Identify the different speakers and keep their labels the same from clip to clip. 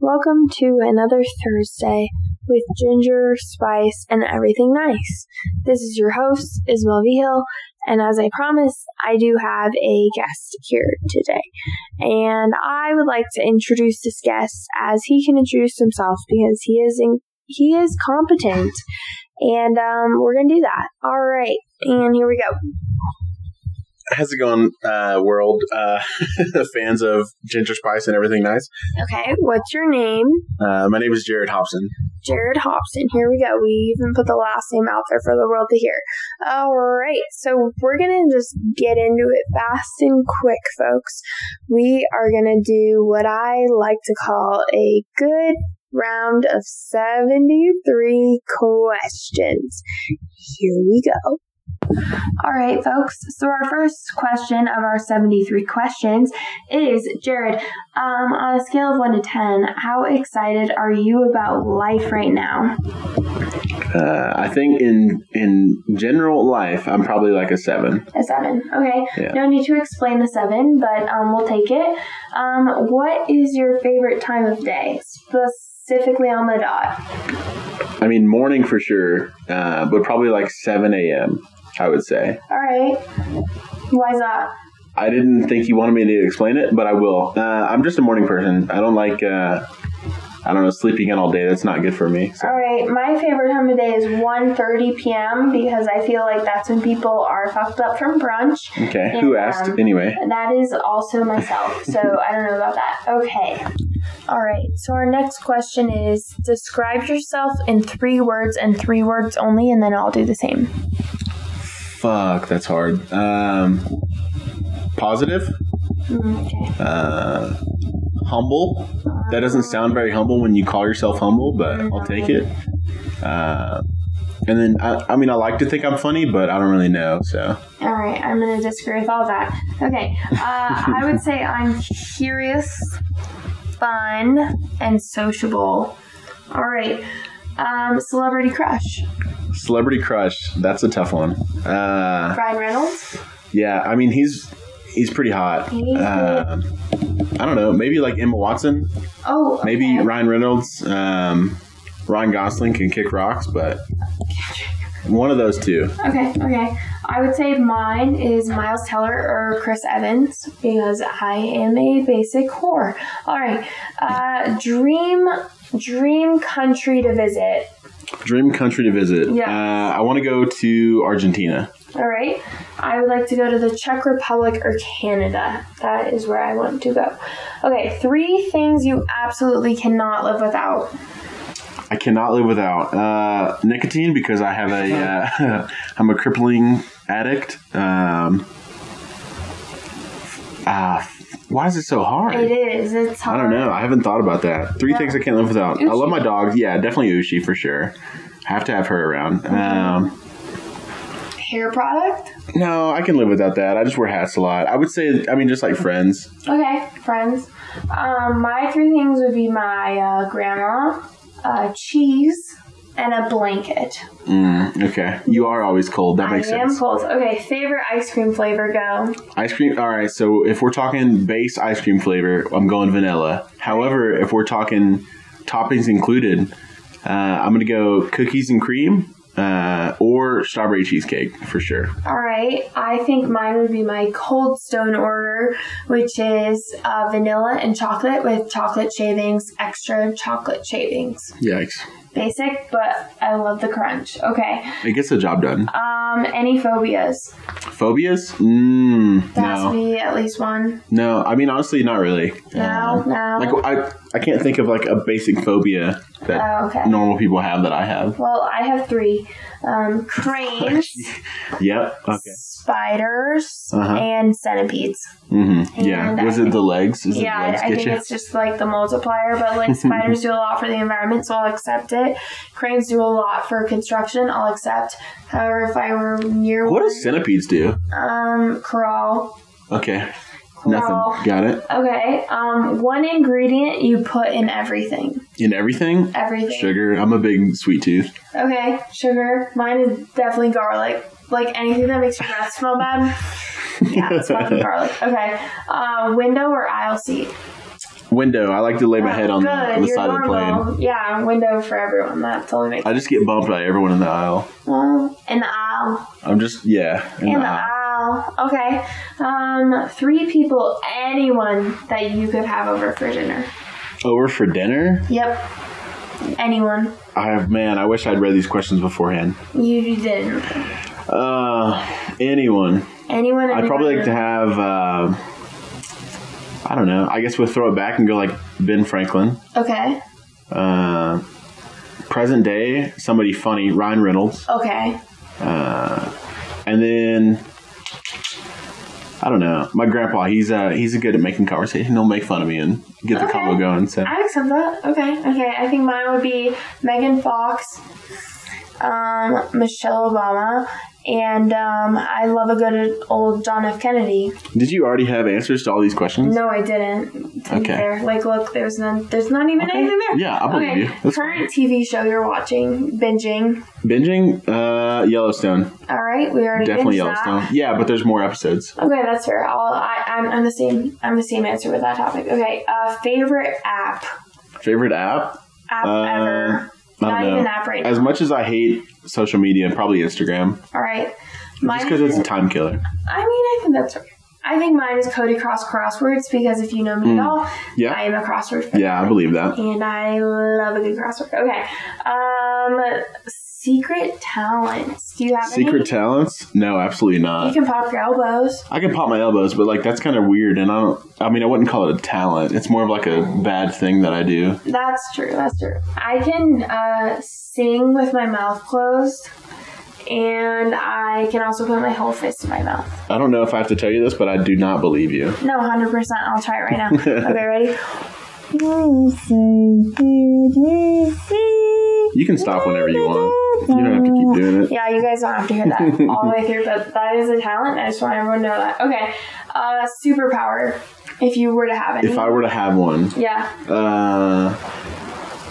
Speaker 1: Welcome to another Thursday with ginger, spice, and everything nice. This is your host, Isabel V. Hill, and as I promised, I do have a guest here today. And I would like to introduce this guest as he can introduce himself because he is in, he is competent. And um, we're going to do that. All right. And here we go.
Speaker 2: How's it going, uh, world? Uh, fans of Ginger Spice and everything nice.
Speaker 1: Okay. What's your name?
Speaker 2: Uh, my name is Jared Hobson.
Speaker 1: Jared Hobson. Here we go. We even put the last name out there for the world to hear. All right. So we're going to just get into it fast and quick, folks. We are going to do what I like to call a good round of 73 questions. Here we go. All right, folks. So our first question of our 73 questions is Jared, um, on a scale of 1 to 10, how excited are you about life right now?
Speaker 2: Uh, I think in in general life, I'm probably like a seven.
Speaker 1: A 7. Okay.
Speaker 2: Yeah.
Speaker 1: No need to explain the 7, but um, we'll take it. Um, what is your favorite time of day? Specifically on the dot.
Speaker 2: I mean, morning for sure, uh, but probably like seven a.m. I would say.
Speaker 1: All right. Why's that?
Speaker 2: I didn't think you wanted me to explain it, but I will. Uh, I'm just a morning person. I don't like. Uh, I don't know, sleeping in all day. That's not good for me. So.
Speaker 1: All right, my favorite time of day is 1.30 p.m. because I feel like that's when people are fucked up from brunch.
Speaker 2: Okay.
Speaker 1: Yeah,
Speaker 2: Who asked?
Speaker 1: um,
Speaker 2: anyway.
Speaker 1: That is also myself, so I don't know about that. Okay. All right, so our next question is describe yourself in three words and three words only, and then I'll do the same.
Speaker 2: Fuck, that's hard. Um, positive.
Speaker 1: Okay.
Speaker 2: uh, humble. That doesn't sound very humble when you call yourself humble, but
Speaker 1: Mm-hmm.
Speaker 2: I'll take it. Uh, and then, I, I mean, I like to think I'm funny, but I don't really know. So,
Speaker 1: All right, I'm going to disagree with all that. Okay, uh, I would say I'm curious, fun, and sociable. All right, um, celebrity crush.
Speaker 2: celebrity crush. That's a tough one. Uh,
Speaker 1: Ryan Reynolds.
Speaker 2: yeah, I mean, he's he's pretty hot.
Speaker 1: He's
Speaker 2: Um, I don't know. Maybe like Emma Watson.
Speaker 1: Oh,
Speaker 2: Maybe
Speaker 1: okay.
Speaker 2: Ryan Reynolds. Um, Ryan Gosling can kick rocks, but one of those two.
Speaker 1: Okay, okay. I would say mine is Miles Teller or Chris Evans because I am a basic whore. All right, uh, dream dream country to visit.
Speaker 2: Dream country to visit.
Speaker 1: Yeah.
Speaker 2: Uh, I want to go to Argentina.
Speaker 1: All right, I would like to go to the Czech Republic or Canada. That is where I want to go. Okay, three things you absolutely cannot live without.
Speaker 2: I cannot live without uh, nicotine because I have a uh, I'm a crippling addict. Um, uh, why is it so hard?
Speaker 1: It is. It's
Speaker 2: I
Speaker 1: hard.
Speaker 2: don't know. I haven't thought about that. Three
Speaker 1: Yeah.
Speaker 2: things I can't live without. I love
Speaker 1: Ushi.
Speaker 2: my dog. Yeah, definitely Ushi for sure. I have to have her around.
Speaker 1: Mm-hmm.
Speaker 2: Um,
Speaker 1: Hair product.
Speaker 2: no, I can live without that. I just wear hats a lot. I would say, I mean, just like friends.
Speaker 1: Okay, friends. Um, my three things would be my uh, grandma, uh, cheese, and a blanket.
Speaker 2: Mm, okay, you are always cold. That
Speaker 1: I
Speaker 2: makes
Speaker 1: am
Speaker 2: sense.
Speaker 1: cold. Okay, favorite ice cream flavor go.
Speaker 2: Ice cream. All right. So if we're talking base ice cream flavor, I'm going vanilla. However, if we're talking toppings included, uh, I'm going to go cookies and cream uh, or strawberry cheesecake for sure.
Speaker 1: All right, I think mine would be my cold stone order, which is uh, vanilla and chocolate with chocolate shavings, extra chocolate shavings.
Speaker 2: Yikes!
Speaker 1: Basic, but I love the crunch. Okay.
Speaker 2: It gets the job done.
Speaker 1: Um, any phobias?
Speaker 2: Phobias? Mm,
Speaker 1: There has to
Speaker 2: no,
Speaker 1: be at least one.
Speaker 2: no. I mean, honestly, not really.
Speaker 1: No,
Speaker 2: Um,
Speaker 1: no.
Speaker 2: Like I, I can't think of like a basic phobia that
Speaker 1: Oh, okay.
Speaker 2: normal people have that I have.
Speaker 1: Well, I have three um, cranes,
Speaker 2: Yep. Okay.
Speaker 1: spiders,
Speaker 2: Uh-huh.
Speaker 1: and centipedes.
Speaker 2: hmm
Speaker 1: And
Speaker 2: Yeah.
Speaker 1: I
Speaker 2: Was it the legs? Is
Speaker 1: yeah,
Speaker 2: it the legs
Speaker 1: I, I
Speaker 2: get
Speaker 1: think
Speaker 2: you?
Speaker 1: it's just like the multiplier, but like spiders do a lot for the environment, so I'll accept it. Cranes do a lot for construction, I'll accept. However, if I were near
Speaker 2: What
Speaker 1: one,
Speaker 2: does centipedes do?
Speaker 1: um, crawl.
Speaker 2: Okay.
Speaker 1: Well-
Speaker 2: Nothing. Got it.
Speaker 1: Okay, um, one ingredient you put in everything.
Speaker 2: In everything?
Speaker 1: Everything.
Speaker 2: Sugar. I'm a big sweet tooth.
Speaker 1: Okay, sugar. Mine is definitely garlic. Like anything that makes your breath smell bad. Yeah, it's fucking garlic. Okay. Uh, window or aisle seat?
Speaker 2: Window. I like to lay my head on the, on the
Speaker 1: You're
Speaker 2: side of the plane.
Speaker 1: normal. Yeah, window for everyone. That totally makes
Speaker 2: I just get bumped by everyone in the aisle.
Speaker 1: well, in the aisle.
Speaker 2: I'm just yeah. uh, in
Speaker 1: In
Speaker 2: the
Speaker 1: the
Speaker 2: aisle.
Speaker 1: aisle. Okay. Um, three people, anyone that you could have over for dinner.
Speaker 2: Over for dinner?
Speaker 1: Yep. Anyone.
Speaker 2: I have man. I wish I'd read these questions beforehand.
Speaker 1: You, you didn't.
Speaker 2: Uh, anyone?
Speaker 1: Anyone.
Speaker 2: I'd probably like to
Speaker 1: everyone.
Speaker 2: have. Uh, I don't know. I guess we'll throw it back and go like Ben Franklin.
Speaker 1: Okay.
Speaker 2: Uh, present day, somebody funny, Ryan Reynolds,
Speaker 1: Okay.
Speaker 2: and then I don't know. My grandpa, he's uh he's good at making conversation. He'll make fun of me and get the
Speaker 1: Okay.
Speaker 2: combo going. So
Speaker 1: I accept that. Okay. Okay. I think mine would be Megan Fox, um, Michelle Obama, and um, I love a good old John F. Kennedy.
Speaker 2: did you already have answers to all these questions?
Speaker 1: No, I didn't. To be
Speaker 2: Okay.
Speaker 1: fair. Like, look, there's none. There's not even
Speaker 2: Okay.
Speaker 1: anything there.
Speaker 2: Yeah, I believe
Speaker 1: okay.
Speaker 2: you. That's
Speaker 1: Current TV show you're watching, binging.
Speaker 2: Binging, uh, Yellowstone,
Speaker 1: All right, we already
Speaker 2: definitely
Speaker 1: binged
Speaker 2: Yellowstone.
Speaker 1: That.
Speaker 2: Yeah, but there's more episodes.
Speaker 1: Okay, that's fair. I'll, I, I'm, I'm the same. I'm the same answer with that topic. Okay. Uh, favorite app.
Speaker 2: Favorite app?
Speaker 1: App
Speaker 2: Uh,
Speaker 1: ever.
Speaker 2: I
Speaker 1: Not
Speaker 2: don't
Speaker 1: even
Speaker 2: know.
Speaker 1: app right now.
Speaker 2: As much as I hate social media, probably Instagram,
Speaker 1: All right.
Speaker 2: just because it's a time killer.
Speaker 1: I mean, I think that's right. I think mine is Cody Cross crosswords because if you know me
Speaker 2: Mm.
Speaker 1: at all, I
Speaker 2: Yeah,
Speaker 1: am a crossword fan.
Speaker 2: yeah, I believe that.
Speaker 1: And I love a good crossword. Okay. Um, secret talents. Do you have any?
Speaker 2: Secret talents? No, absolutely
Speaker 1: You
Speaker 2: not.
Speaker 1: can pop your elbows.
Speaker 2: I can pop my elbows, but like that's kind of weird, and I don't. I mean, I wouldn't call it a talent. It's more of like a bad thing that I do.
Speaker 1: That's true. That's true. I can uh, sing with my mouth closed, and I can also put my whole fist in my mouth.
Speaker 2: I don't know if I have to tell you this, but I do not believe you.
Speaker 1: No, 100%. I'll try it right now. okay, ready?
Speaker 2: You can stop whenever you want. You don't have to keep doing it.
Speaker 1: Yeah, you guys don't have to hear that all the way through, but that is a talent. I just want everyone to know that. Okay, uh, superpower, if you were to have any.
Speaker 2: If I were to have one,
Speaker 1: yeah,
Speaker 2: uh,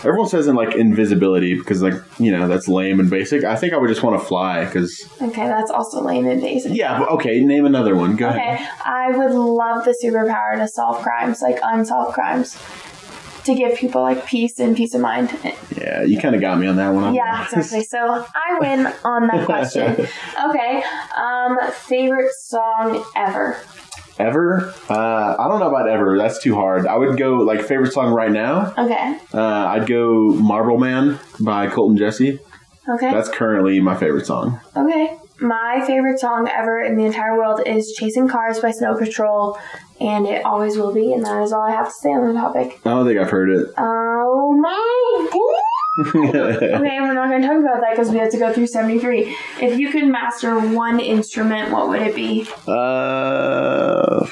Speaker 2: everyone says in like invisibility because like you know that's lame and basic. I think I would just want to fly because
Speaker 1: okay, that's also lame and basic.
Speaker 2: yeah. but- Okay, name another one. Go ahead.
Speaker 1: Okay, I would love the superpower to solve crimes, like unsolved crimes, to give people like peace and peace of mind.
Speaker 2: Yeah, you kind of got me on that one. I'm
Speaker 1: Yeah,
Speaker 2: honest.
Speaker 1: exactly. So I win on that question. Okay, um, favorite song ever.
Speaker 2: Ever? Uh, I don't know about ever. That's too hard. I would go like favorite song right now.
Speaker 1: Okay,
Speaker 2: Uh, I'd go Marble Man by Colton Jesse.
Speaker 1: okay,
Speaker 2: That's currently my favorite song.
Speaker 1: okay. My favorite song ever in the entire world is "Chasing Cars" by Snow Patrol, and it always will be. And that is all I have to say on the topic.
Speaker 2: I don't think I've heard it.
Speaker 1: Oh my god! Okay, we're not going to talk about that because we have to go through 73. If you could master one instrument, what would it be?
Speaker 2: uh,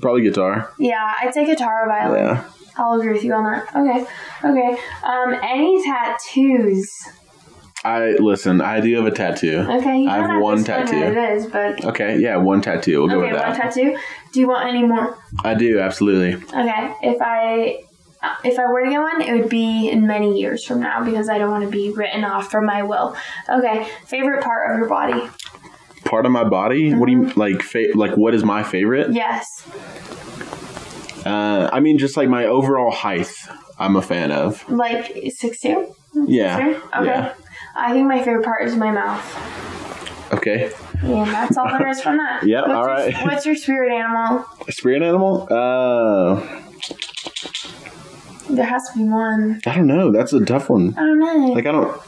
Speaker 2: probably guitar.
Speaker 1: Yeah, I'd say guitar or violin.
Speaker 2: Yeah.
Speaker 1: I'll agree with you on that. Okay, okay. Um, any tattoos?
Speaker 2: I listen. I do have a tattoo.
Speaker 1: Okay, you
Speaker 2: I have
Speaker 1: don't to
Speaker 2: one
Speaker 1: explain
Speaker 2: tattoo.
Speaker 1: What it is, but
Speaker 2: Okay. Yeah, one tattoo. We'll go
Speaker 1: okay,
Speaker 2: with
Speaker 1: one
Speaker 2: that.
Speaker 1: tattoo. Do you want any more?
Speaker 2: I do absolutely.
Speaker 1: Okay, if I if I were to get one, it would be in many years from now because I don't want to be written off from my will. Okay, favorite part of your body?
Speaker 2: Part of my body. What do you like? Fa- like, what is my favorite?
Speaker 1: Yes.
Speaker 2: Uh, I mean, just like my overall height. I'm a fan of.
Speaker 1: Like six two?
Speaker 2: Yeah.
Speaker 1: Okay.
Speaker 2: Yeah.
Speaker 1: I think my favorite part is my mouth.
Speaker 2: Okay.
Speaker 1: And that's all there is from that.
Speaker 2: Yep,
Speaker 1: What's
Speaker 2: all
Speaker 1: your-
Speaker 2: right.
Speaker 1: what's your spirit animal?
Speaker 2: Spirit animal? Uh,
Speaker 1: There has to be one.
Speaker 2: I don't know. That's a tough one.
Speaker 1: I don't know.
Speaker 2: Like I don't,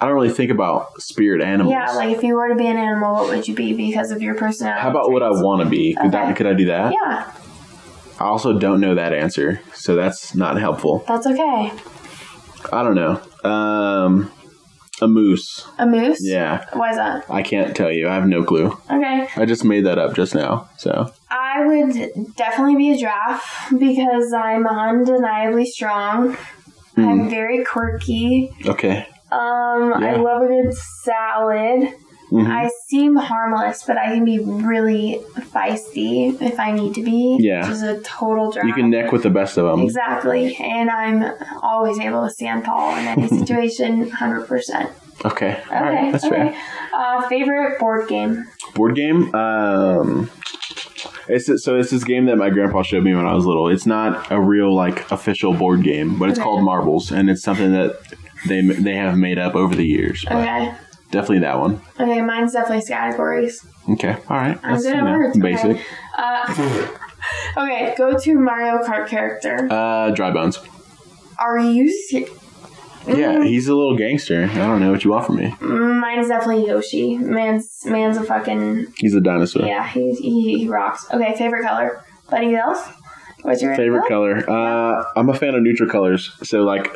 Speaker 2: I don't really think about spirit animals.
Speaker 1: yeah, like if you were to be an animal, what would you be because of your personality?
Speaker 2: how about what I want to be? Could
Speaker 1: Okay.
Speaker 2: that? Could I do that?
Speaker 1: Yeah,
Speaker 2: I also don't know that answer, so that's not helpful.
Speaker 1: that's okay.
Speaker 2: I don't know. Um, a moose.
Speaker 1: A moose?
Speaker 2: Yeah,
Speaker 1: Why is that?
Speaker 2: I can't tell you. I have no clue.
Speaker 1: Okay.
Speaker 2: I just made that up just now. So
Speaker 1: I would definitely be a giraffe because I'm undeniably strong. I'm very quirky.
Speaker 2: okay.
Speaker 1: Um, I
Speaker 2: Hmm. Yeah.
Speaker 1: love a good salad.
Speaker 2: Mhm.
Speaker 1: I seem harmless, but I can be really feisty if I need to be.
Speaker 2: Yeah.
Speaker 1: Which is a total drag.
Speaker 2: You can neck with the best of them.
Speaker 1: Exactly. And I'm always able to stand tall in any situation, 100%. Okay.
Speaker 2: Okay. All right. That's
Speaker 1: okay.
Speaker 2: fair.
Speaker 1: Uh, favorite board game?
Speaker 2: Board game. Um, It's so it's this game that my grandpa showed me when I was little. It's not a real like official board game, but it's
Speaker 1: Okay.
Speaker 2: called marbles, and it's something that they they have made up over the years. But
Speaker 1: Okay.
Speaker 2: Definitely that one.
Speaker 1: Okay, mine's definitely categories.
Speaker 2: Okay, all right.
Speaker 1: I'm
Speaker 2: That's,
Speaker 1: good
Speaker 2: you
Speaker 1: at
Speaker 2: know,
Speaker 1: words. okay.
Speaker 2: Basic.
Speaker 1: Uh, okay, go to Mario Kart character.
Speaker 2: Uh, dry bones.
Speaker 1: Are you se-
Speaker 2: Yeah, he's a little gangster. I don't know what you want from me.
Speaker 1: Mm, Mine's definitely Yoshi. Man's man's a fucking
Speaker 2: He's a dinosaur.
Speaker 1: yeah. He, he, he rocks. Okay, favorite color. Buddy else? What's your
Speaker 2: Favorite color? Uh, I'm a fan of neutral colors. So like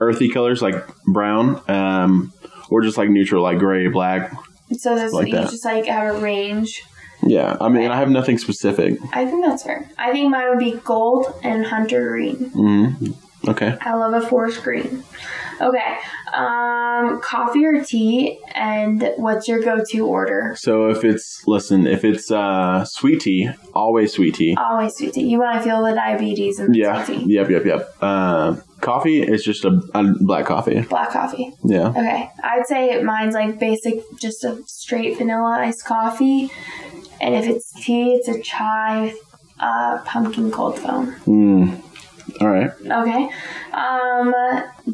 Speaker 2: earthy colors like brown, um, or just like neutral like gray, black.
Speaker 1: So there's,
Speaker 2: Like
Speaker 1: you
Speaker 2: that.
Speaker 1: just like have a range.
Speaker 2: Yeah, I mean I have nothing specific.
Speaker 1: I think that's fair. I think mine would be gold and hunter green.
Speaker 2: Mm-hmm. Okay.
Speaker 1: I love a forest green. Okay, um, coffee or tea, and what's your go-to order?
Speaker 2: So if it's listen, if it's uh, sweet tea, always sweet tea.
Speaker 1: Always sweet tea. You want to feel the diabetes in the
Speaker 2: Yeah.
Speaker 1: sweet tea.
Speaker 2: Yep. Yep. Yep. Uh, coffee is just a, a black coffee.
Speaker 1: Black coffee.
Speaker 2: Yeah.
Speaker 1: Okay, I'd say mine's like basic, just a straight vanilla iced coffee, and if it's tea, it's a chai with uh, pumpkin cold foam.
Speaker 2: Mm. All right.
Speaker 1: Okay, um,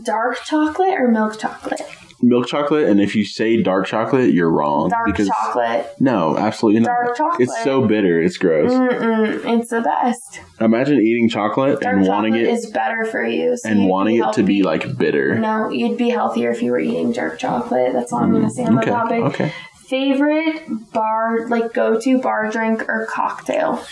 Speaker 1: dark chocolate or milk chocolate?
Speaker 2: Milk chocolate, and if you say dark chocolate, you're wrong
Speaker 1: Dark
Speaker 2: because
Speaker 1: chocolate.
Speaker 2: no, absolutely not.
Speaker 1: Dark chocolate. Mm.
Speaker 2: It's so bitter. It's gross.
Speaker 1: Mm-mm, it's the best.
Speaker 2: Imagine eating chocolate
Speaker 1: Dark
Speaker 2: and wanting
Speaker 1: chocolate
Speaker 2: it
Speaker 1: is better for you. so
Speaker 2: and
Speaker 1: you'd
Speaker 2: wanting it to be
Speaker 1: healthy.
Speaker 2: like bitter.
Speaker 1: No, you'd be healthier if you were eating dark chocolate. That's all I'm gonna say on
Speaker 2: Mm, okay.
Speaker 1: the topic.
Speaker 2: Okay.
Speaker 1: Favorite bar, like go-to bar drink or cocktail?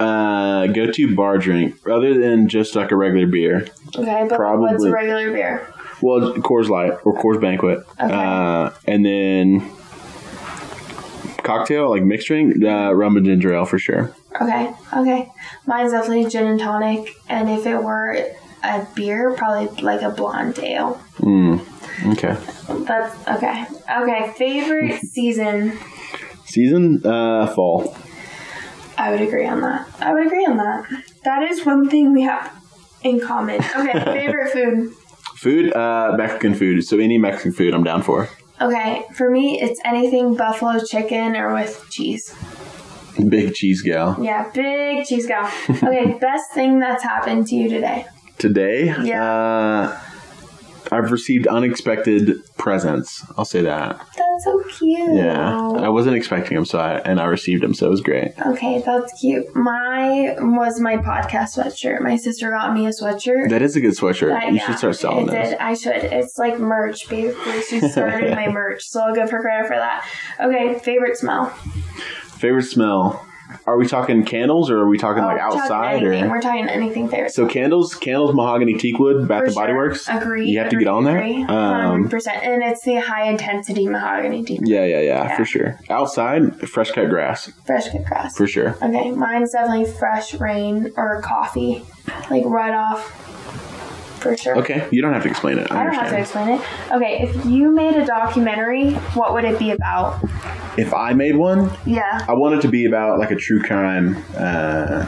Speaker 2: Uh, go to bar drink rather than just like a regular beer.
Speaker 1: Okay, but what's
Speaker 2: Probably-
Speaker 1: a regular beer?
Speaker 2: Well, Coors Light or Coors Banquet.
Speaker 1: Okay.
Speaker 2: Uh, and then cocktail like mixed drink, uh, rum and ginger ale for sure.
Speaker 1: Okay, okay. Mine's definitely gin and tonic, and if it were a beer, probably like a blonde ale.
Speaker 2: Mm. Okay.
Speaker 1: That's okay. Okay, favorite season.
Speaker 2: Season uh, fall.
Speaker 1: I would agree on that. I would agree on that. That is one thing we have in common. Okay, favorite food.
Speaker 2: Food, uh, Mexican food. So any Mexican food, I'm down for.
Speaker 1: Okay, for me, it's anything buffalo chicken or with cheese.
Speaker 2: Big cheese gal.
Speaker 1: Yeah, big cheese gal. Okay, best thing that's happened to you today.
Speaker 2: Today,
Speaker 1: Yeah.
Speaker 2: uh, I've received unexpected presents. I'll say that.
Speaker 1: That's so cute.
Speaker 2: Yeah, I wasn't expecting them, so I and I received them, so it was great.
Speaker 1: Okay, that's cute. My was my podcast sweatshirt. My sister got me a sweatshirt.
Speaker 2: That is a good sweatshirt.
Speaker 1: But
Speaker 2: you
Speaker 1: yeah,
Speaker 2: should start selling
Speaker 1: it
Speaker 2: those.
Speaker 1: Did. I should. It's like merch, basically. She started my merch, so I'll give her credit for that. Okay, favorite smell.
Speaker 2: Favorite smell? Are we talking candles or are we talking like
Speaker 1: Oh, we're talking
Speaker 2: outside
Speaker 1: anything.
Speaker 2: or?
Speaker 1: We're talking anything favorite.
Speaker 2: So candles, candles, mahogany, teakwood, Bath
Speaker 1: For
Speaker 2: and Body
Speaker 1: sure.
Speaker 2: Works.
Speaker 1: Agree.
Speaker 2: You have to
Speaker 1: agree,
Speaker 2: get on there.
Speaker 1: agree.
Speaker 2: Um,
Speaker 1: 100%. And it's the high intensity mahogany deep
Speaker 2: Yeah, yeah, yeah,
Speaker 1: Yeah.
Speaker 2: for sure. Outside, fresh cut grass
Speaker 1: fresh cut grass.
Speaker 2: for sure.
Speaker 1: Okay, mine's definitely fresh rain or coffee, like right off for sure.
Speaker 2: Okay, you don't have to explain it. I,
Speaker 1: I don't have to explain
Speaker 2: understand.
Speaker 1: it. Okay, if you made a documentary, what would it be about?
Speaker 2: If I made one,
Speaker 1: Yeah.
Speaker 2: I want it to be about like a true crime. Uh,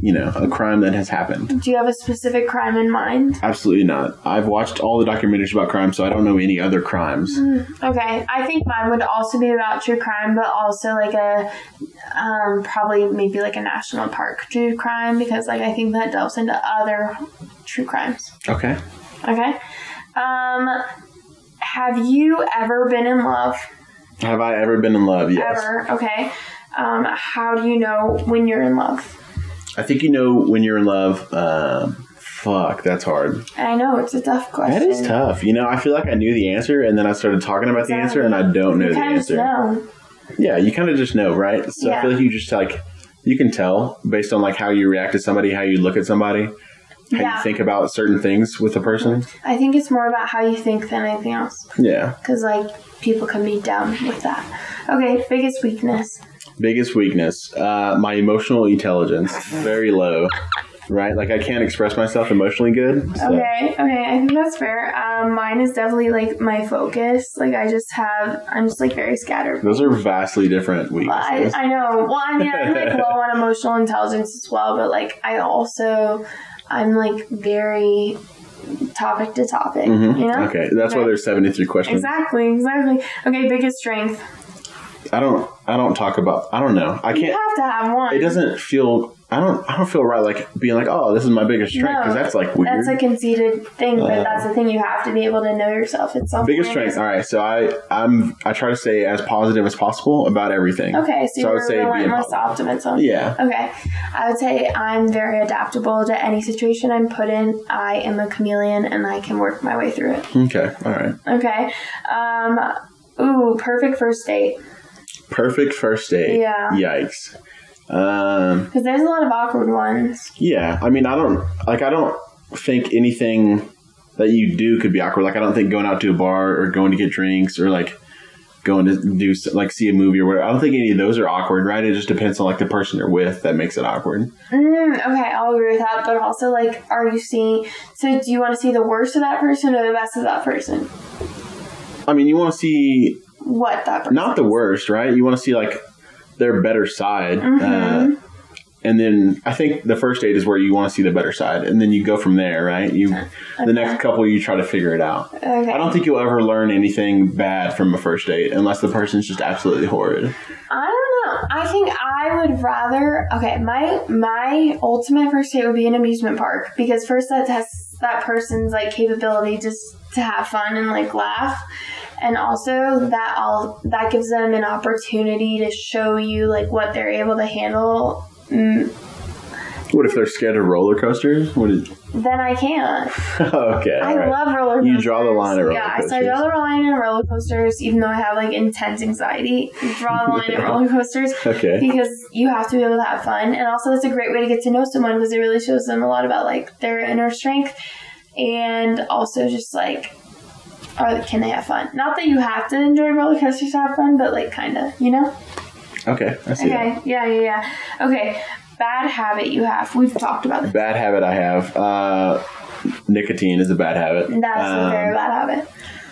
Speaker 2: you know, a crime that has happened.
Speaker 1: Do you have a specific crime in mind?
Speaker 2: Absolutely not. I've watched all the documentaries about crime, so I don't know any other crimes.
Speaker 1: Mm. Okay, I think mine would also be about true crime, but also like a um, probably maybe like a national park true crime because like I think that delves into other true crimes.
Speaker 2: Okay.
Speaker 1: Okay, um, have you ever been in love?
Speaker 2: Have I ever been in love? Yes.
Speaker 1: Ever? Okay. Um, how do you know when you're in love?
Speaker 2: I think you know when you're in love. Um, fuck, that's hard.
Speaker 1: I know it's a tough question.
Speaker 2: That is tough. You know, I feel like I knew the answer, and then I started talking about the answer, and I don't know
Speaker 1: You
Speaker 2: the
Speaker 1: kind of just
Speaker 2: answer.
Speaker 1: know.
Speaker 2: Yeah, you kind of just know, right? So I feel
Speaker 1: Yeah.
Speaker 2: like you just like you can tell based on like how you react to somebody, how you look at somebody, how
Speaker 1: Yeah.
Speaker 2: you think about certain things with a person.
Speaker 1: I think it's more about how you think than anything else.
Speaker 2: Yeah.
Speaker 1: Because, like, people can be dumb with that. Okay, biggest weakness.
Speaker 2: Biggest weakness, uh, my emotional intelligence, very low. Right? Like I can't express myself emotionally good. So.
Speaker 1: Okay, okay, I think that's fair. Um, mine is definitely, like, my focus. Like, I just have, I'm just, like, very scattered.
Speaker 2: Those are vastly different
Speaker 1: I,
Speaker 2: weaknesses.
Speaker 1: I know. Well, I mean, I'm like low on emotional intelligence as well, but like I also, I'm like very topic to topic.
Speaker 2: Mhm.
Speaker 1: You know?
Speaker 2: Okay, that's why
Speaker 1: Okay.
Speaker 2: there's 73 questions.
Speaker 1: Exactly. Exactly. Okay. Biggest strength.
Speaker 2: I don't I don't talk about. I don't know. I
Speaker 1: You
Speaker 2: can't.
Speaker 1: have to have one.
Speaker 2: It doesn't feel. I don't. I don't feel right. Like being like, oh, this is my biggest strength because
Speaker 1: No,
Speaker 2: that's like weird.
Speaker 1: That's a conceited thing, but
Speaker 2: Uh,
Speaker 1: that's the thing you have to be able to know yourself. It's something.
Speaker 2: biggest strength. All right. So I I'm I try to stay as positive as possible about everything.
Speaker 1: Okay, so,
Speaker 2: So I would
Speaker 1: you're
Speaker 2: say being
Speaker 1: relentless
Speaker 2: positive.
Speaker 1: optimism.
Speaker 2: Yeah.
Speaker 1: Okay, I would say I'm very adaptable to any situation I'm put in. I am a chameleon, and I can work my way through it.
Speaker 2: Okay. All right.
Speaker 1: Okay. Um. Ooh, perfect first date.
Speaker 2: Perfect first date.
Speaker 1: Yeah.
Speaker 2: Yikes. Um.
Speaker 1: Because there's a lot of awkward ones.
Speaker 2: Yeah. I mean, I don't like. I don't think anything that you do could be awkward. Like, I don't think going out to a bar or going to get drinks or like going to do s- like see a movie or whatever. I don't think any of those are awkward, right? It just depends on like the person you're with that makes it awkward.
Speaker 1: Mm, okay, I'll agree with that. But also, like, are you seeing? So, do you want to see the worst of that person or the best of that person?
Speaker 2: I mean, you want to see
Speaker 1: What that person?
Speaker 2: not the worst, right? You want to see like their better side.
Speaker 1: Mhm.
Speaker 2: Uh, and then I think the first date is where you want to see the better side, and then you go from there, right? You, the next couple, you try to figure it out.
Speaker 1: Okay.
Speaker 2: I don't think you'll ever learn anything bad from a first date unless the person's just absolutely horrid.
Speaker 1: I don't know. I think I would rather. Okay, my my ultimate first date would be an amusement park because first that tests that person's like capability just to have fun and like laugh, and also that all that gives them an opportunity to show you like what they're able to handle. Mm,
Speaker 2: What if they're scared of roller coasters? What is
Speaker 1: then I can't.
Speaker 2: okay?
Speaker 1: I
Speaker 2: all right.
Speaker 1: love roller coasters.
Speaker 2: You draw the line at roller
Speaker 1: yeah, so I
Speaker 2: coasters.
Speaker 1: draw the line at roller coasters, even though I have like intense anxiety. Draw the line at roller coasters.
Speaker 2: okay.
Speaker 1: because you have to be able to have fun and also that's a great way to get to know someone because it really shows them a lot about like their inner strength and also just like are, can they have fun not that you have to enjoy roller coasters to have fun but like kind of you know
Speaker 2: Okay. I see.
Speaker 1: okay yeah yeah yeah okay bad habit you have we've talked about
Speaker 2: That.
Speaker 1: this
Speaker 2: Bad habit I have. Uh, nicotine is a bad habit.
Speaker 1: that's a very
Speaker 2: Um,
Speaker 1: bad habit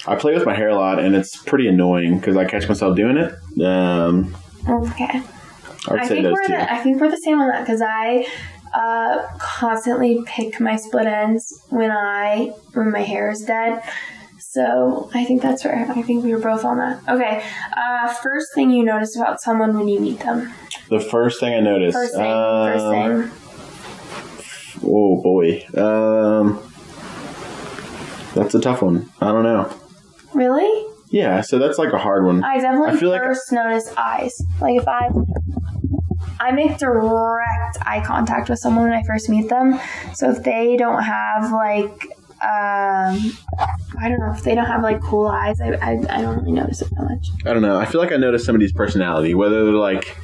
Speaker 2: I play with my hair a lot, and it's pretty annoying because I catch myself doing it. Um,
Speaker 1: okay
Speaker 2: I would
Speaker 1: I
Speaker 2: say
Speaker 1: think
Speaker 2: those
Speaker 1: we're
Speaker 2: two.
Speaker 1: the, uh, I think we're the same on that because I uh, constantly pick my split ends when I when my hair is dead. So I think that's where I think we were both on that. Okay, uh, first thing you notice about someone when you meet them.
Speaker 2: The first thing I noticed.
Speaker 1: First thing. first
Speaker 2: um,
Speaker 1: thing.
Speaker 2: Oh boy. Um, that's a tough one. I don't know.
Speaker 1: Really?
Speaker 2: Yeah, so that's like a hard one.
Speaker 1: I definitely
Speaker 2: I feel like-
Speaker 1: first notice eyes. Like if I I make direct eye contact with someone when I first meet them. So if they don't have like um I don't know, if they don't have like cool eyes, I I, I don't really notice it that much.
Speaker 2: I don't know. I feel like I noticed somebody's personality, whether they're like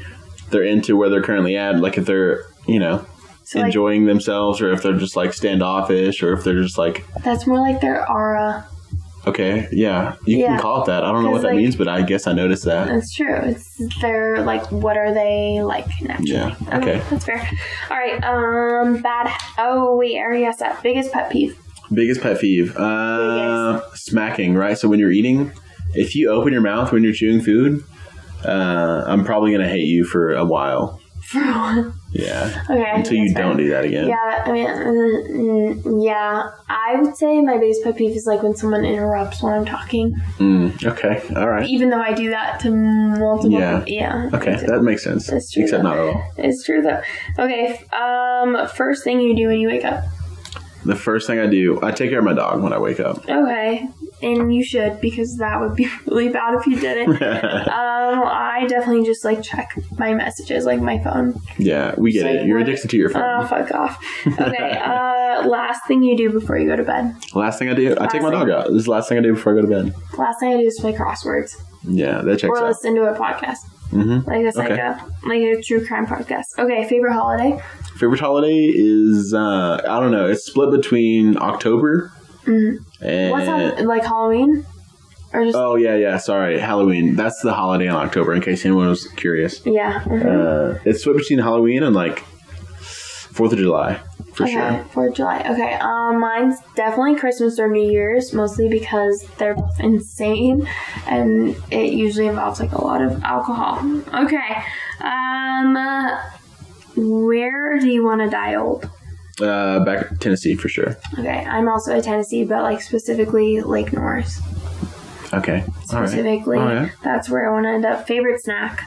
Speaker 2: they're into where they're currently at, like if they're you know
Speaker 1: So like
Speaker 2: enjoying themselves, or if they're just like standoffish, or if they're just like
Speaker 1: that's more like their aura.
Speaker 2: okay, yeah, you
Speaker 1: Yeah.
Speaker 2: can call it that. I don't know
Speaker 1: Because,
Speaker 2: what that
Speaker 1: like- Uh.
Speaker 2: means, but I guess I noticed that.
Speaker 1: That's true. It's their like what are they like naturally. Um,
Speaker 2: Yeah. Okay.
Speaker 1: That's fair. All right. Um bad oh wait, I already asked that. Biggest pet peeve.
Speaker 2: Biggest pet peeve. Uh, smacking, right? So when you're eating, if you open your mouth when you're chewing food, uh, I'm probably gonna hate you for a while.
Speaker 1: For one.
Speaker 2: Yeah,
Speaker 1: Okay. I
Speaker 2: until
Speaker 1: think
Speaker 2: you
Speaker 1: that's fair.
Speaker 2: don't do that again.
Speaker 1: Yeah, I mean, mm, mm, yeah. I would say my biggest pet peeve is like when someone interrupts when I'm talking,
Speaker 2: Mm, okay, all right.
Speaker 1: even though I do that to multiple.
Speaker 2: Yeah.
Speaker 1: people. yeah.
Speaker 2: Okay, that makes sense.
Speaker 1: That's true.
Speaker 2: Except not at all.
Speaker 1: It's true though. Okay. f- Um, first thing you do when you wake up.
Speaker 2: The first thing I do, I take care of my dog when I wake up.
Speaker 1: Okay, and you should because that would be really bad if you didn't. um, I definitely just like check my messages, like my phone.
Speaker 2: yeah, we get it. You're addicted to your phone.
Speaker 1: Oh, fuck off. Okay. uh, last thing you do before you go to bed.
Speaker 2: last thing I do, I take my
Speaker 1: last
Speaker 2: dog out. This is the last thing I do before I go to bed.
Speaker 1: Last thing I do is play crosswords
Speaker 2: Yeah, that checks
Speaker 1: or
Speaker 2: out.
Speaker 1: listen to a podcast.
Speaker 2: hmm
Speaker 1: Like it's like
Speaker 2: Okay.
Speaker 1: a like a true crime podcast. Okay, favorite holiday.
Speaker 2: Favorite holiday is uh, I don't know. It's split between October
Speaker 1: Mm.
Speaker 2: and
Speaker 1: What's up? Like Halloween, or just
Speaker 2: oh yeah yeah sorry Halloween. That's the holiday in October. In case anyone was curious,
Speaker 1: yeah. mhm.
Speaker 2: uh, it's split between Halloween and like Fourth of July for
Speaker 1: okay,
Speaker 2: sure.
Speaker 1: Fourth of July. Okay, um, mine's definitely Christmas or New Year's, mostly because they're both insane, and it usually involves like a lot of alcohol. Okay, um, uh, where do you want to die old?
Speaker 2: Uh, back Tennessee for sure.
Speaker 1: Okay, I'm also a Tennessee, but like specifically Lake Norris.
Speaker 2: Okay, all right.
Speaker 1: Specifically,
Speaker 2: All right.
Speaker 1: that's where I want to end up. Favorite snack.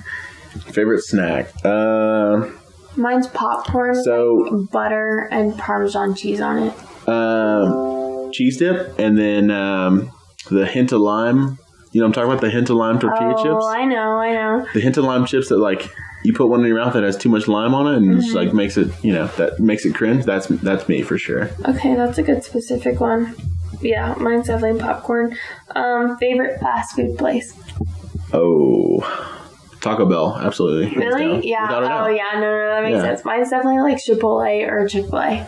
Speaker 2: Favorite snack? Uh,
Speaker 1: Mine's popcorn, with,
Speaker 2: So-
Speaker 1: like, butter and Parmesan cheese on it.
Speaker 2: um, cheese dip, and then um, the hint of lime. You know, I'm talking about the hint of lime tortilla
Speaker 1: oh,
Speaker 2: chips.
Speaker 1: I know, I know.
Speaker 2: The hint of lime chips that like you put one in your mouth that has too much lime on it and
Speaker 1: Mm-hmm.
Speaker 2: just like makes it you know that makes it cringe. That's that's me for sure.
Speaker 1: Okay, that's a good specific one. Yeah, mine's definitely popcorn. Um, favorite fast food place?
Speaker 2: Oh, Taco Bell, absolutely. hands
Speaker 1: Really?
Speaker 2: down,
Speaker 1: Yeah.
Speaker 2: without a doubt.
Speaker 1: Oh, yeah. No, no, that makes
Speaker 2: Yeah.
Speaker 1: sense. Mine's definitely like Chipotle or Chick Fil A.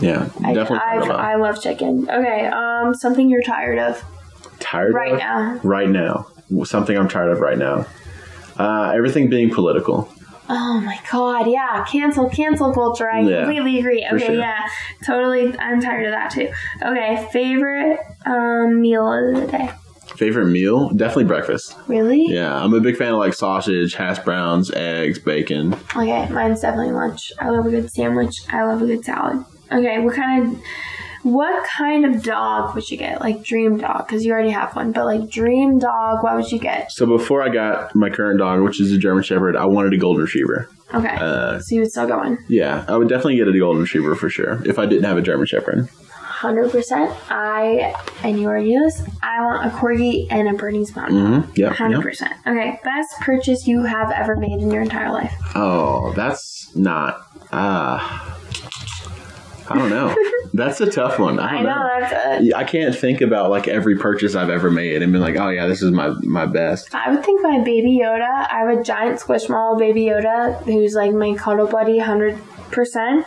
Speaker 2: Yeah,
Speaker 1: I,
Speaker 2: definitely
Speaker 1: I,
Speaker 2: Taco Bell.
Speaker 1: I love chicken. Okay. Um, something you're tired of
Speaker 2: tired
Speaker 1: right
Speaker 2: of?
Speaker 1: now?
Speaker 2: Right now, something I'm tired of right now. Uh, everything being political.
Speaker 1: Oh my god. Yeah. Cancel. Cancel culture. I
Speaker 2: Yeah,
Speaker 1: completely agree.
Speaker 2: for
Speaker 1: Okay.
Speaker 2: sure.
Speaker 1: Yeah. Totally. I'm tired of that too. Okay. Favorite um, meal of the day?
Speaker 2: Favorite meal? Definitely breakfast.
Speaker 1: Really?
Speaker 2: Yeah, I'm a big fan of like sausage, hash browns, eggs, bacon.
Speaker 1: Okay, mine's definitely lunch. I love a good sandwich. I love a good salad. Okay, what kind of what kind of dog would you get? Like dream dog, because you already have one, but like dream dog, what would you get?
Speaker 2: So before I got my current dog, which is a German Shepherd, I wanted a Golden Retriever.
Speaker 1: Okay,
Speaker 2: Uh,
Speaker 1: so you would still get one.
Speaker 2: yeah, I would definitely get a Golden Retriever for sure if I didn't have a German Shepherd.
Speaker 1: Hundred percent. I and you already knew this. I want a corgi and a Bernese Mountain.
Speaker 2: Mm-hmm. Yep.
Speaker 1: Hundred
Speaker 2: yep.
Speaker 1: percent. Okay, best purchase you have ever made in your entire life.
Speaker 2: Oh, that's not. Ah. I don't know. that's a tough one. I
Speaker 1: I,
Speaker 2: don't
Speaker 1: know.
Speaker 2: know.
Speaker 1: oh, that's. A,
Speaker 2: Yeah, I can't think about like every purchase I've ever made and been like, oh yeah, this is my my best.
Speaker 1: I would think my baby Yoda. I have a giant Squishmallow baby Yoda who's like my cuddle buddy, hundred percent,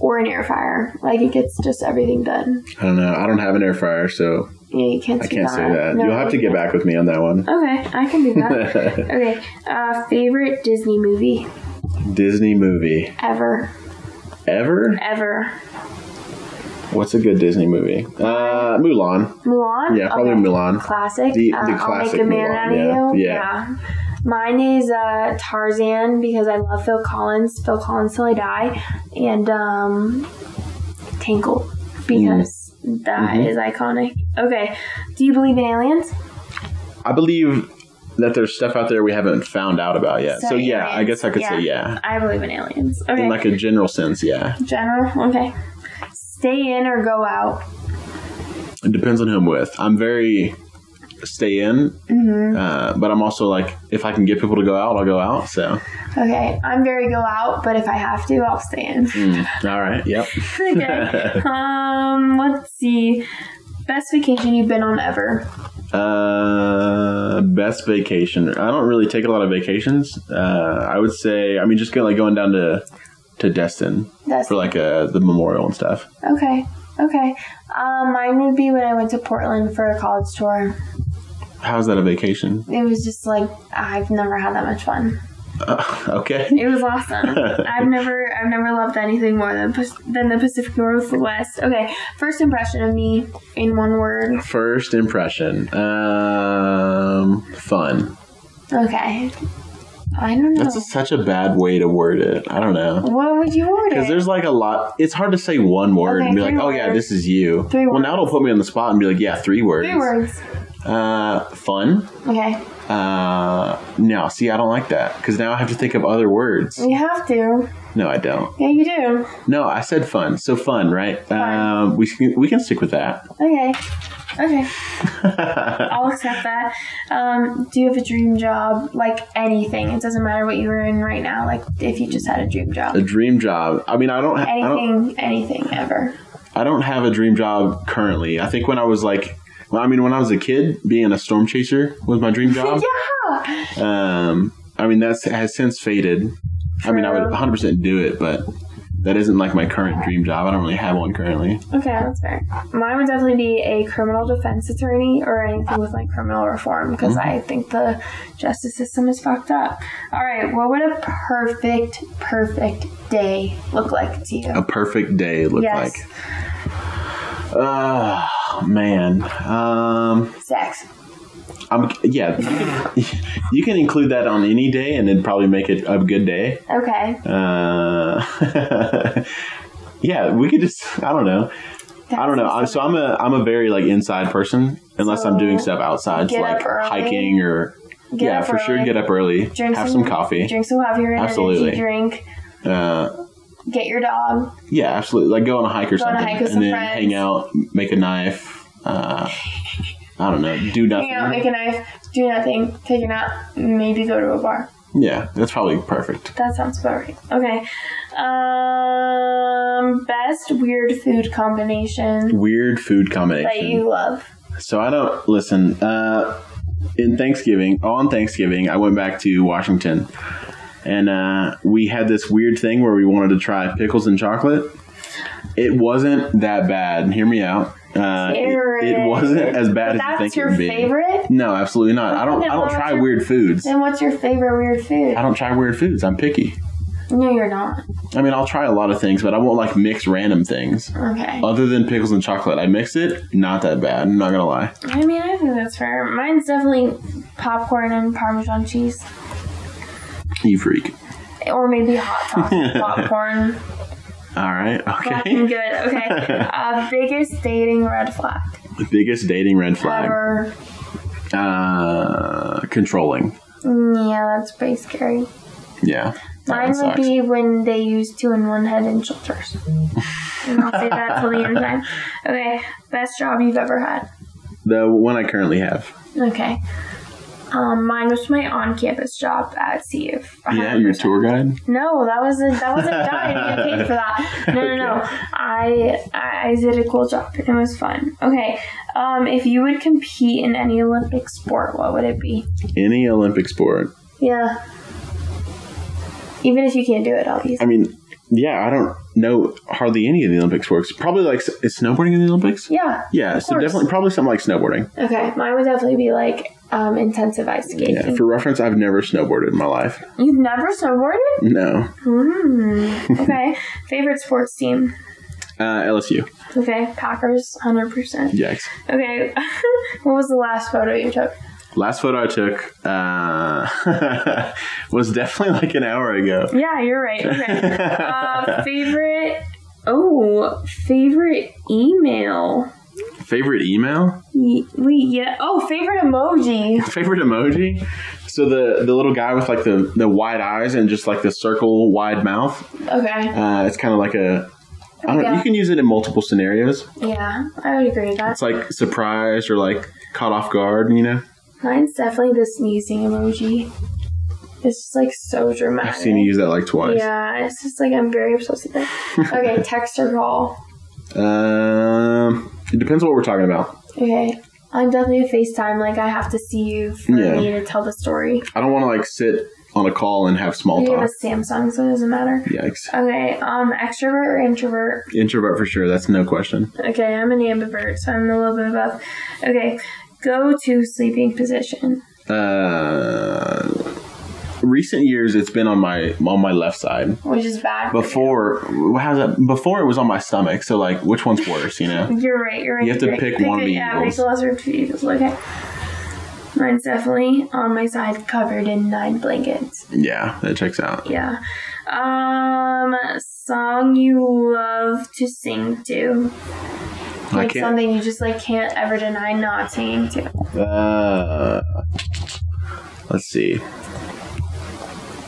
Speaker 1: or an air fryer. Like it gets just everything done.
Speaker 2: I don't know. I don't have an air fryer, so
Speaker 1: Yeah, you can't.
Speaker 2: I
Speaker 1: say
Speaker 2: can't
Speaker 1: that.
Speaker 2: say that.
Speaker 1: No,
Speaker 2: You'll have to
Speaker 1: you
Speaker 2: get
Speaker 1: can't.
Speaker 2: back with me on that one.
Speaker 1: Okay, I can do that. okay, uh, favorite Disney movie
Speaker 2: Disney movie
Speaker 1: ever,
Speaker 2: ever?
Speaker 1: ever
Speaker 2: What's a good Disney movie? Uh, Mulan.
Speaker 1: Mulan.
Speaker 2: Yeah, probably
Speaker 1: Okay.
Speaker 2: Mulan.
Speaker 1: Classic.
Speaker 2: The- the
Speaker 1: uh,
Speaker 2: classic
Speaker 1: I'll make a man
Speaker 2: Mulan,
Speaker 1: out of
Speaker 2: yeah,
Speaker 1: you.
Speaker 2: yeah.
Speaker 1: Mine is uh, Tarzan because I love Phil Collins. Phil Collins till I die, and um, Tangled because that
Speaker 2: Mhm.
Speaker 1: is iconic. Okay, do you believe in aliens?
Speaker 2: I believe that there's stuff out there we haven't found out about yet.
Speaker 1: So
Speaker 2: Uh, So, yeah, I
Speaker 1: aliens,
Speaker 2: guess I could say
Speaker 1: yeah.
Speaker 2: yeah.
Speaker 1: I believe in aliens.
Speaker 2: In
Speaker 1: Okay,
Speaker 2: like a general sense, yeah.
Speaker 1: general. Okay, stay in or go out.
Speaker 2: It depends on who I'm with. I'm very stay in,
Speaker 1: hmm
Speaker 2: uh, but I'm also like if I can get people to go out, I'll go out. So
Speaker 1: Okay, I'm very go out, but if I have to, I'll stay in.
Speaker 2: mm, all right, yep.
Speaker 1: okay. Um, let's see. Best vacation you've been on ever.
Speaker 2: Uh, best vacation. I don't really take a lot of vacations. Uh, I would say, I mean, just going like going down to to Destin
Speaker 1: That's
Speaker 2: for like uh the memorial and stuff.
Speaker 1: okay. Okay. Um, mine would be when I went to Portland for a college tour.
Speaker 2: How's that a vacation?
Speaker 1: It was just like I've never had that much fun.
Speaker 2: Uh, okay.
Speaker 1: It was awesome. I've never, I've never loved anything more than Pas- than the Pacific Northwest. Okay, first impression of me in one word.
Speaker 2: First impression. Um, fun.
Speaker 1: Okay. I don't know.
Speaker 2: That's such a bad way to word it. I don't know.
Speaker 1: what would you order?
Speaker 2: Because there's like a lot. It's hard to say one word
Speaker 1: Okay,
Speaker 2: and be like,
Speaker 1: three
Speaker 2: "Oh yeah,
Speaker 1: words.
Speaker 2: this is you."
Speaker 1: Three
Speaker 2: well,
Speaker 1: words.
Speaker 2: now it'll put me on the spot and be like, "Yeah, three words."
Speaker 1: three words.
Speaker 2: Uh, fun.
Speaker 1: Okay,
Speaker 2: Uh, no, see, I don't like that because now I have to think of other words.
Speaker 1: you have to.
Speaker 2: No, I don't.
Speaker 1: Yeah, you do.
Speaker 2: No, I said fun. So fun, right? Um, we can- we can stick with that.
Speaker 1: Okay. Okay. I'll accept that. Um, do you have a dream job? Like anything. It doesn't matter what you were in right now. Like if you just had a dream job.
Speaker 2: a dream job. I mean, I don't. I don't.
Speaker 1: Anything, anything ever.
Speaker 2: I don't have a dream job currently. I think when I was like, well, I mean, when I was a kid, being a storm chaser was my dream job.
Speaker 1: Yeah.
Speaker 2: Um, I mean, that's has since faded. I mean, I would
Speaker 1: True.
Speaker 2: 100% do it, but that isn't like my current dream job. I don't really have one currently.
Speaker 1: Okay, that's fair. Mine would definitely be a criminal defense attorney or anything with like criminal reform because
Speaker 2: Mm-hmm.
Speaker 1: I think the justice system is fucked up. All right, what would a perfect, perfect day look like to
Speaker 2: A
Speaker 1: you?
Speaker 2: perfect day look
Speaker 1: Yes.
Speaker 2: like. Oh man. Um,
Speaker 1: Sex.
Speaker 2: I'm yeah. you can include that on any day, and it'd probably make it a good day.
Speaker 1: Okay.
Speaker 2: Uh, yeah, we could just. I don't know. I don't know. I'm, so I'm a I'm a very like inside person unless I'm doing
Speaker 1: So,
Speaker 2: stuff outside,
Speaker 1: get
Speaker 2: like
Speaker 1: up early.
Speaker 2: hiking or
Speaker 1: Get
Speaker 2: yeah,
Speaker 1: up
Speaker 2: for sure.
Speaker 1: early.
Speaker 2: Get up early.
Speaker 1: Drink
Speaker 2: have
Speaker 1: some-
Speaker 2: some coffee.
Speaker 1: Drink some heavier
Speaker 2: Absolutely.
Speaker 1: energy drink.
Speaker 2: Uh,
Speaker 1: Get your dog.
Speaker 2: yeah, absolutely. Like go on a hike or
Speaker 1: Go on a
Speaker 2: something,
Speaker 1: hike with
Speaker 2: and
Speaker 1: some
Speaker 2: then
Speaker 1: friends.
Speaker 2: hang out, make a knife. Uh, I don't know. Do nothing.
Speaker 1: Hang out, make a knife, do nothing, take a nap, maybe go to a bar.
Speaker 2: yeah, that's probably perfect.
Speaker 1: That sounds about right. Okay. Um, best weird food combination
Speaker 2: Weird food
Speaker 1: that
Speaker 2: combination.
Speaker 1: you love.
Speaker 2: So I don't listen. Uh, in Thanksgiving, on Thanksgiving, I went back to Washington, and uh, we had this weird thing where we wanted to try pickles and chocolate. It wasn't that bad. Hear me out. Uh, it, it wasn't as bad
Speaker 1: But
Speaker 2: as you think
Speaker 1: That's
Speaker 2: it
Speaker 1: your
Speaker 2: would be.
Speaker 1: favorite.
Speaker 2: No, absolutely not. I don't. I don't
Speaker 1: What's
Speaker 2: try
Speaker 1: your-
Speaker 2: weird foods.
Speaker 1: Then what's your favorite weird food?
Speaker 2: I don't try weird foods. I'm picky.
Speaker 1: No, you're not.
Speaker 2: I mean, I'll try a lot of things, but I won't like mix random things.
Speaker 1: Okay.
Speaker 2: Other than pickles and chocolate, I mix it. Not that bad. I'm not gonna lie.
Speaker 1: I mean, I think that's fair. Mine's definitely popcorn and Parmesan cheese,
Speaker 2: You freak.
Speaker 1: or maybe hot sauce and popcorn.
Speaker 2: All right. Okay.
Speaker 1: Fucking good. Okay. Uh, biggest dating red flag
Speaker 2: The biggest dating red flag
Speaker 1: ever.
Speaker 2: uh controlling
Speaker 1: Mm, Yeah, that's pretty scary.
Speaker 2: yeah that
Speaker 1: Mine
Speaker 2: one
Speaker 1: would
Speaker 2: sucks.
Speaker 1: be when they use two in one head and shoulders. And I'll say that till the end time. Okay, best job you've ever had.
Speaker 2: the one i currently have
Speaker 1: Okay. Um, mine was my on-campus job at CU.
Speaker 2: yeah your
Speaker 1: 100%.
Speaker 2: tour guide
Speaker 1: No, that was a, that wasn't done. I didn't get paid for that. No, no, no. I I I did a cool job. It was fun. Okay. Um, if you would compete in any Olympic sport, what would it be?
Speaker 2: any olympic sport
Speaker 1: Yeah. Even if you can't do it, I'll use.
Speaker 2: i mean yeah i don't know hardly any of the olympic sports probably like s- is snowboarding in the olympics
Speaker 1: Yeah.
Speaker 2: yeah
Speaker 1: of
Speaker 2: so
Speaker 1: course.
Speaker 2: definitely probably something like snowboarding
Speaker 1: Okay. Mine would definitely be like um, intensive ice skating.
Speaker 2: yeah for reference i've never snowboarded in my life
Speaker 1: You've never snowboarded?
Speaker 2: no
Speaker 1: Hmm. Okay. Favorite sports team?
Speaker 2: uh lsu
Speaker 1: Okay. Packers, hundred percent.
Speaker 2: yikes
Speaker 1: Okay. what was the last photo you took?
Speaker 2: last photo i took uh was definitely like an hour ago
Speaker 1: Yeah, you're right. Okay. uh, favorite. Oh, favorite email.
Speaker 2: favorite email
Speaker 1: Ye- Wait, yeah. Oh, favorite emoji.
Speaker 2: favorite emoji so the the little guy with like the the wide eyes and just like the circle wide mouth
Speaker 1: Okay.
Speaker 2: uh, it's kind of like a I don't,
Speaker 1: Yeah.
Speaker 2: you can use it in multiple scenarios
Speaker 1: Yeah, I would agree with that.
Speaker 2: it's like surprised or like caught off guard you know
Speaker 1: Mine's definitely the sneezing emoji. It's just like so dramatic.
Speaker 2: i've seen you use that like twice
Speaker 1: Yeah, it's just like I'm very obsessed with that. Okay, text or call.
Speaker 2: um it depends what we're talking about
Speaker 1: Okay. I'm definitely a FaceTime, like I have to see you for
Speaker 2: Yeah.
Speaker 1: me to tell the story.
Speaker 2: i don't want to like sit on a call and have small
Speaker 1: We have
Speaker 2: talk
Speaker 1: a Samsung, so it doesn't matter.
Speaker 2: yikes
Speaker 1: Okay, um, extrovert or introvert?
Speaker 2: introvert for sure that's no question
Speaker 1: Okay, I'm an ambivert, so I'm a little bit of both. Okay, go to sleeping position.
Speaker 2: uh recent years it's been on my on my left side
Speaker 1: Which is bad. for you.
Speaker 2: before how's that before it was on my stomach so like which one's worse you know
Speaker 1: You're right, you're right.
Speaker 2: You have to
Speaker 1: you're right.
Speaker 2: pick one of
Speaker 1: a-
Speaker 2: the
Speaker 1: Yeah, pick
Speaker 2: evils.
Speaker 1: the lesser of two evils. Okay. Mine's definitely on my side, covered in nine blankets.
Speaker 2: yeah that checks out
Speaker 1: Yeah. Um, song you love to sing to.
Speaker 2: i
Speaker 1: Like
Speaker 2: can't
Speaker 1: something you just like can't ever deny not singing to.
Speaker 2: uh, let's see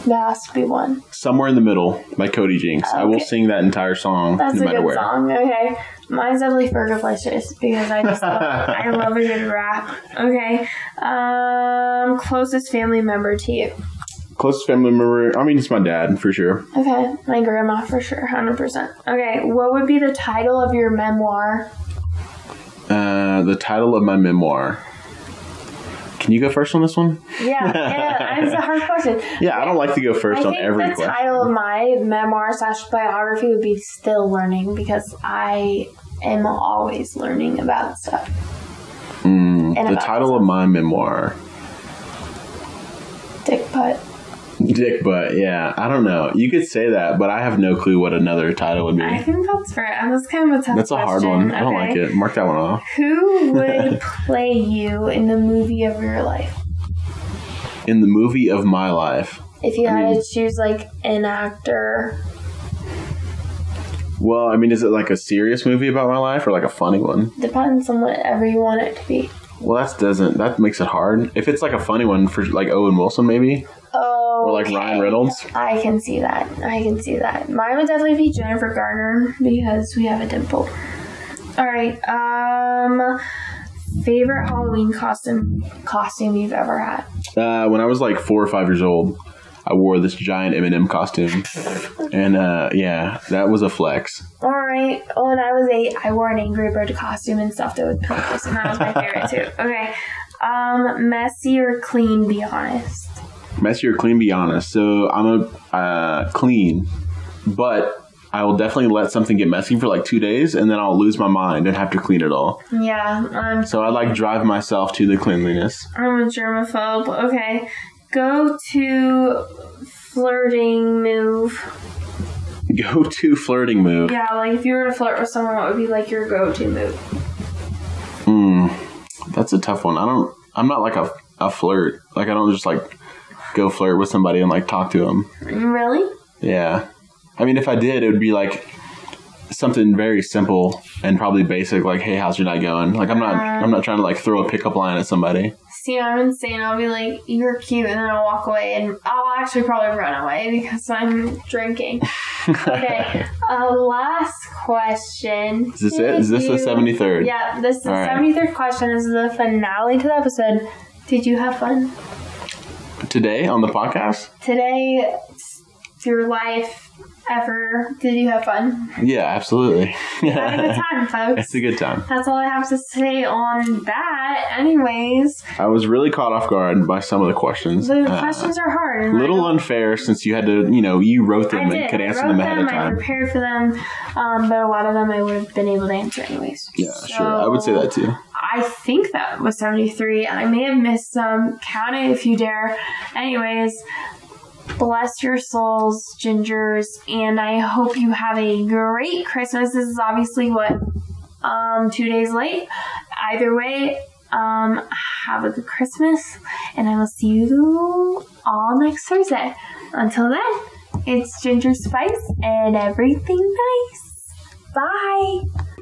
Speaker 1: That has to be one.
Speaker 2: somewhere in the middle by cody jinks i will
Speaker 1: Okay.
Speaker 2: sing that entire song
Speaker 1: That's
Speaker 2: no
Speaker 1: a
Speaker 2: matter
Speaker 1: good
Speaker 2: where
Speaker 1: song. Okay. Mine's definitely Fergalicious because I just love, I love a good rap. Okay. Um, closest family member to you.
Speaker 2: closest family member i mean it's my dad for sure
Speaker 1: Okay. My grandma for sure, 100%. Okay. What would be the title of your memoir?
Speaker 2: uh, the title of my memoir can you go first on this one
Speaker 1: Yeah. Yeah. That's a hard question.
Speaker 2: yeah i don't like to go
Speaker 1: I
Speaker 2: first on
Speaker 1: think
Speaker 2: every
Speaker 1: the
Speaker 2: question
Speaker 1: title of my memoir slash biography would be Still Learning because I am always learning about stuff.
Speaker 2: Mm,
Speaker 1: and
Speaker 2: the
Speaker 1: about
Speaker 2: title of my memoir
Speaker 1: Dick putt.
Speaker 2: dick butt yeah i don't know you could say that but i have no clue what another title would be
Speaker 1: I think that's fair. That was kind of a tough
Speaker 2: That's a hard one. I don't like
Speaker 1: Okay.
Speaker 2: it. Mark that one off.
Speaker 1: Who would play you in the movie of your life?
Speaker 2: In the movie of my life.
Speaker 1: If you
Speaker 2: I
Speaker 1: had
Speaker 2: mean-
Speaker 1: to choose like an actor,
Speaker 2: Well, I mean, is it like a serious movie about my life or like a funny one?
Speaker 1: depends on whatever you want it to be.
Speaker 2: Well, that doesn't. That makes it hard. If it's like a funny one for like Owen Wilson, maybe,
Speaker 1: Oh,
Speaker 2: or like Ryan Reynolds.
Speaker 1: I can see that. I can see that. Mine would definitely be Jennifer Garner because we have a dimple. All right. Um, favorite Halloween costume costume you've ever had?
Speaker 2: Uh, when I was like four or five years old, I wore this giant Eminem costume, and uh, yeah, that was a flex.
Speaker 1: All right. When I was eight, I wore an Angry Bird costume and stuffed it with pillows, and that was my favorite too. Okay. Um, messy or clean? Be honest.
Speaker 2: Messy or clean, be honest. So I'm a uh, clean, but I will definitely let something get messy for like two days, and then I'll lose my mind and have to clean it all.
Speaker 1: Yeah. I'm
Speaker 2: So I like drive myself to the cleanliness.
Speaker 1: I'm a germaphobe. Okay. Go to flirting move.
Speaker 2: Go to flirting move.
Speaker 1: Yeah, like if you were to flirt with someone, what would be like your go-to move?
Speaker 2: Hmm, that's a tough one. I don't. I'm not like a a flirt. Like I don't just like go flirt with somebody and like talk to them.
Speaker 1: Really?
Speaker 2: Yeah. I mean, if I did, it would be like something very simple and probably basic, like "Hey, how's your night going?" Like I'm not,
Speaker 1: Uh.
Speaker 2: I'm not trying to like throw a pickup line at somebody.
Speaker 1: See, I'm insane. I'll be like, "You're cute," and then I'll walk away, and I'll actually probably run away because I'm drinking. Okay. uh, last question.
Speaker 2: Is this it? Is this the
Speaker 1: Did you-
Speaker 2: seventy third?
Speaker 1: Yeah, this is
Speaker 2: All
Speaker 1: the
Speaker 2: right.
Speaker 1: seventy third question. This is the finale to the episode. Did you have fun
Speaker 2: Today on the podcast?
Speaker 1: today? Your life ever? Did you have fun?
Speaker 2: Yeah, absolutely.
Speaker 1: Have a good time, folks.
Speaker 2: it's a good time.
Speaker 1: That's all I have to say on that. Anyways,
Speaker 2: I was really caught off guard by some of the questions.
Speaker 1: the
Speaker 2: Uh,
Speaker 1: questions are hard. and I
Speaker 2: little
Speaker 1: don't-
Speaker 2: unfair since you had to, you know, you wrote
Speaker 1: I
Speaker 2: them
Speaker 1: did.
Speaker 2: and could
Speaker 1: I
Speaker 2: answer
Speaker 1: wrote
Speaker 2: them ahead
Speaker 1: them,
Speaker 2: of
Speaker 1: I
Speaker 2: time.
Speaker 1: prepared for them, um, but a lot of them I would have been able to answer anyways.
Speaker 2: Yeah, sure. I would say
Speaker 1: So,
Speaker 2: that too.
Speaker 1: I think that was 73, and I may have missed some. Count it if you dare. Anyways, bless your souls, gingers, and I hope you have a great Christmas. This is obviously what, um, two days late. Either way, um, have a good Christmas, and I will see you all next Thursday. Until then, it's Ginger Spice and everything nice. Bye.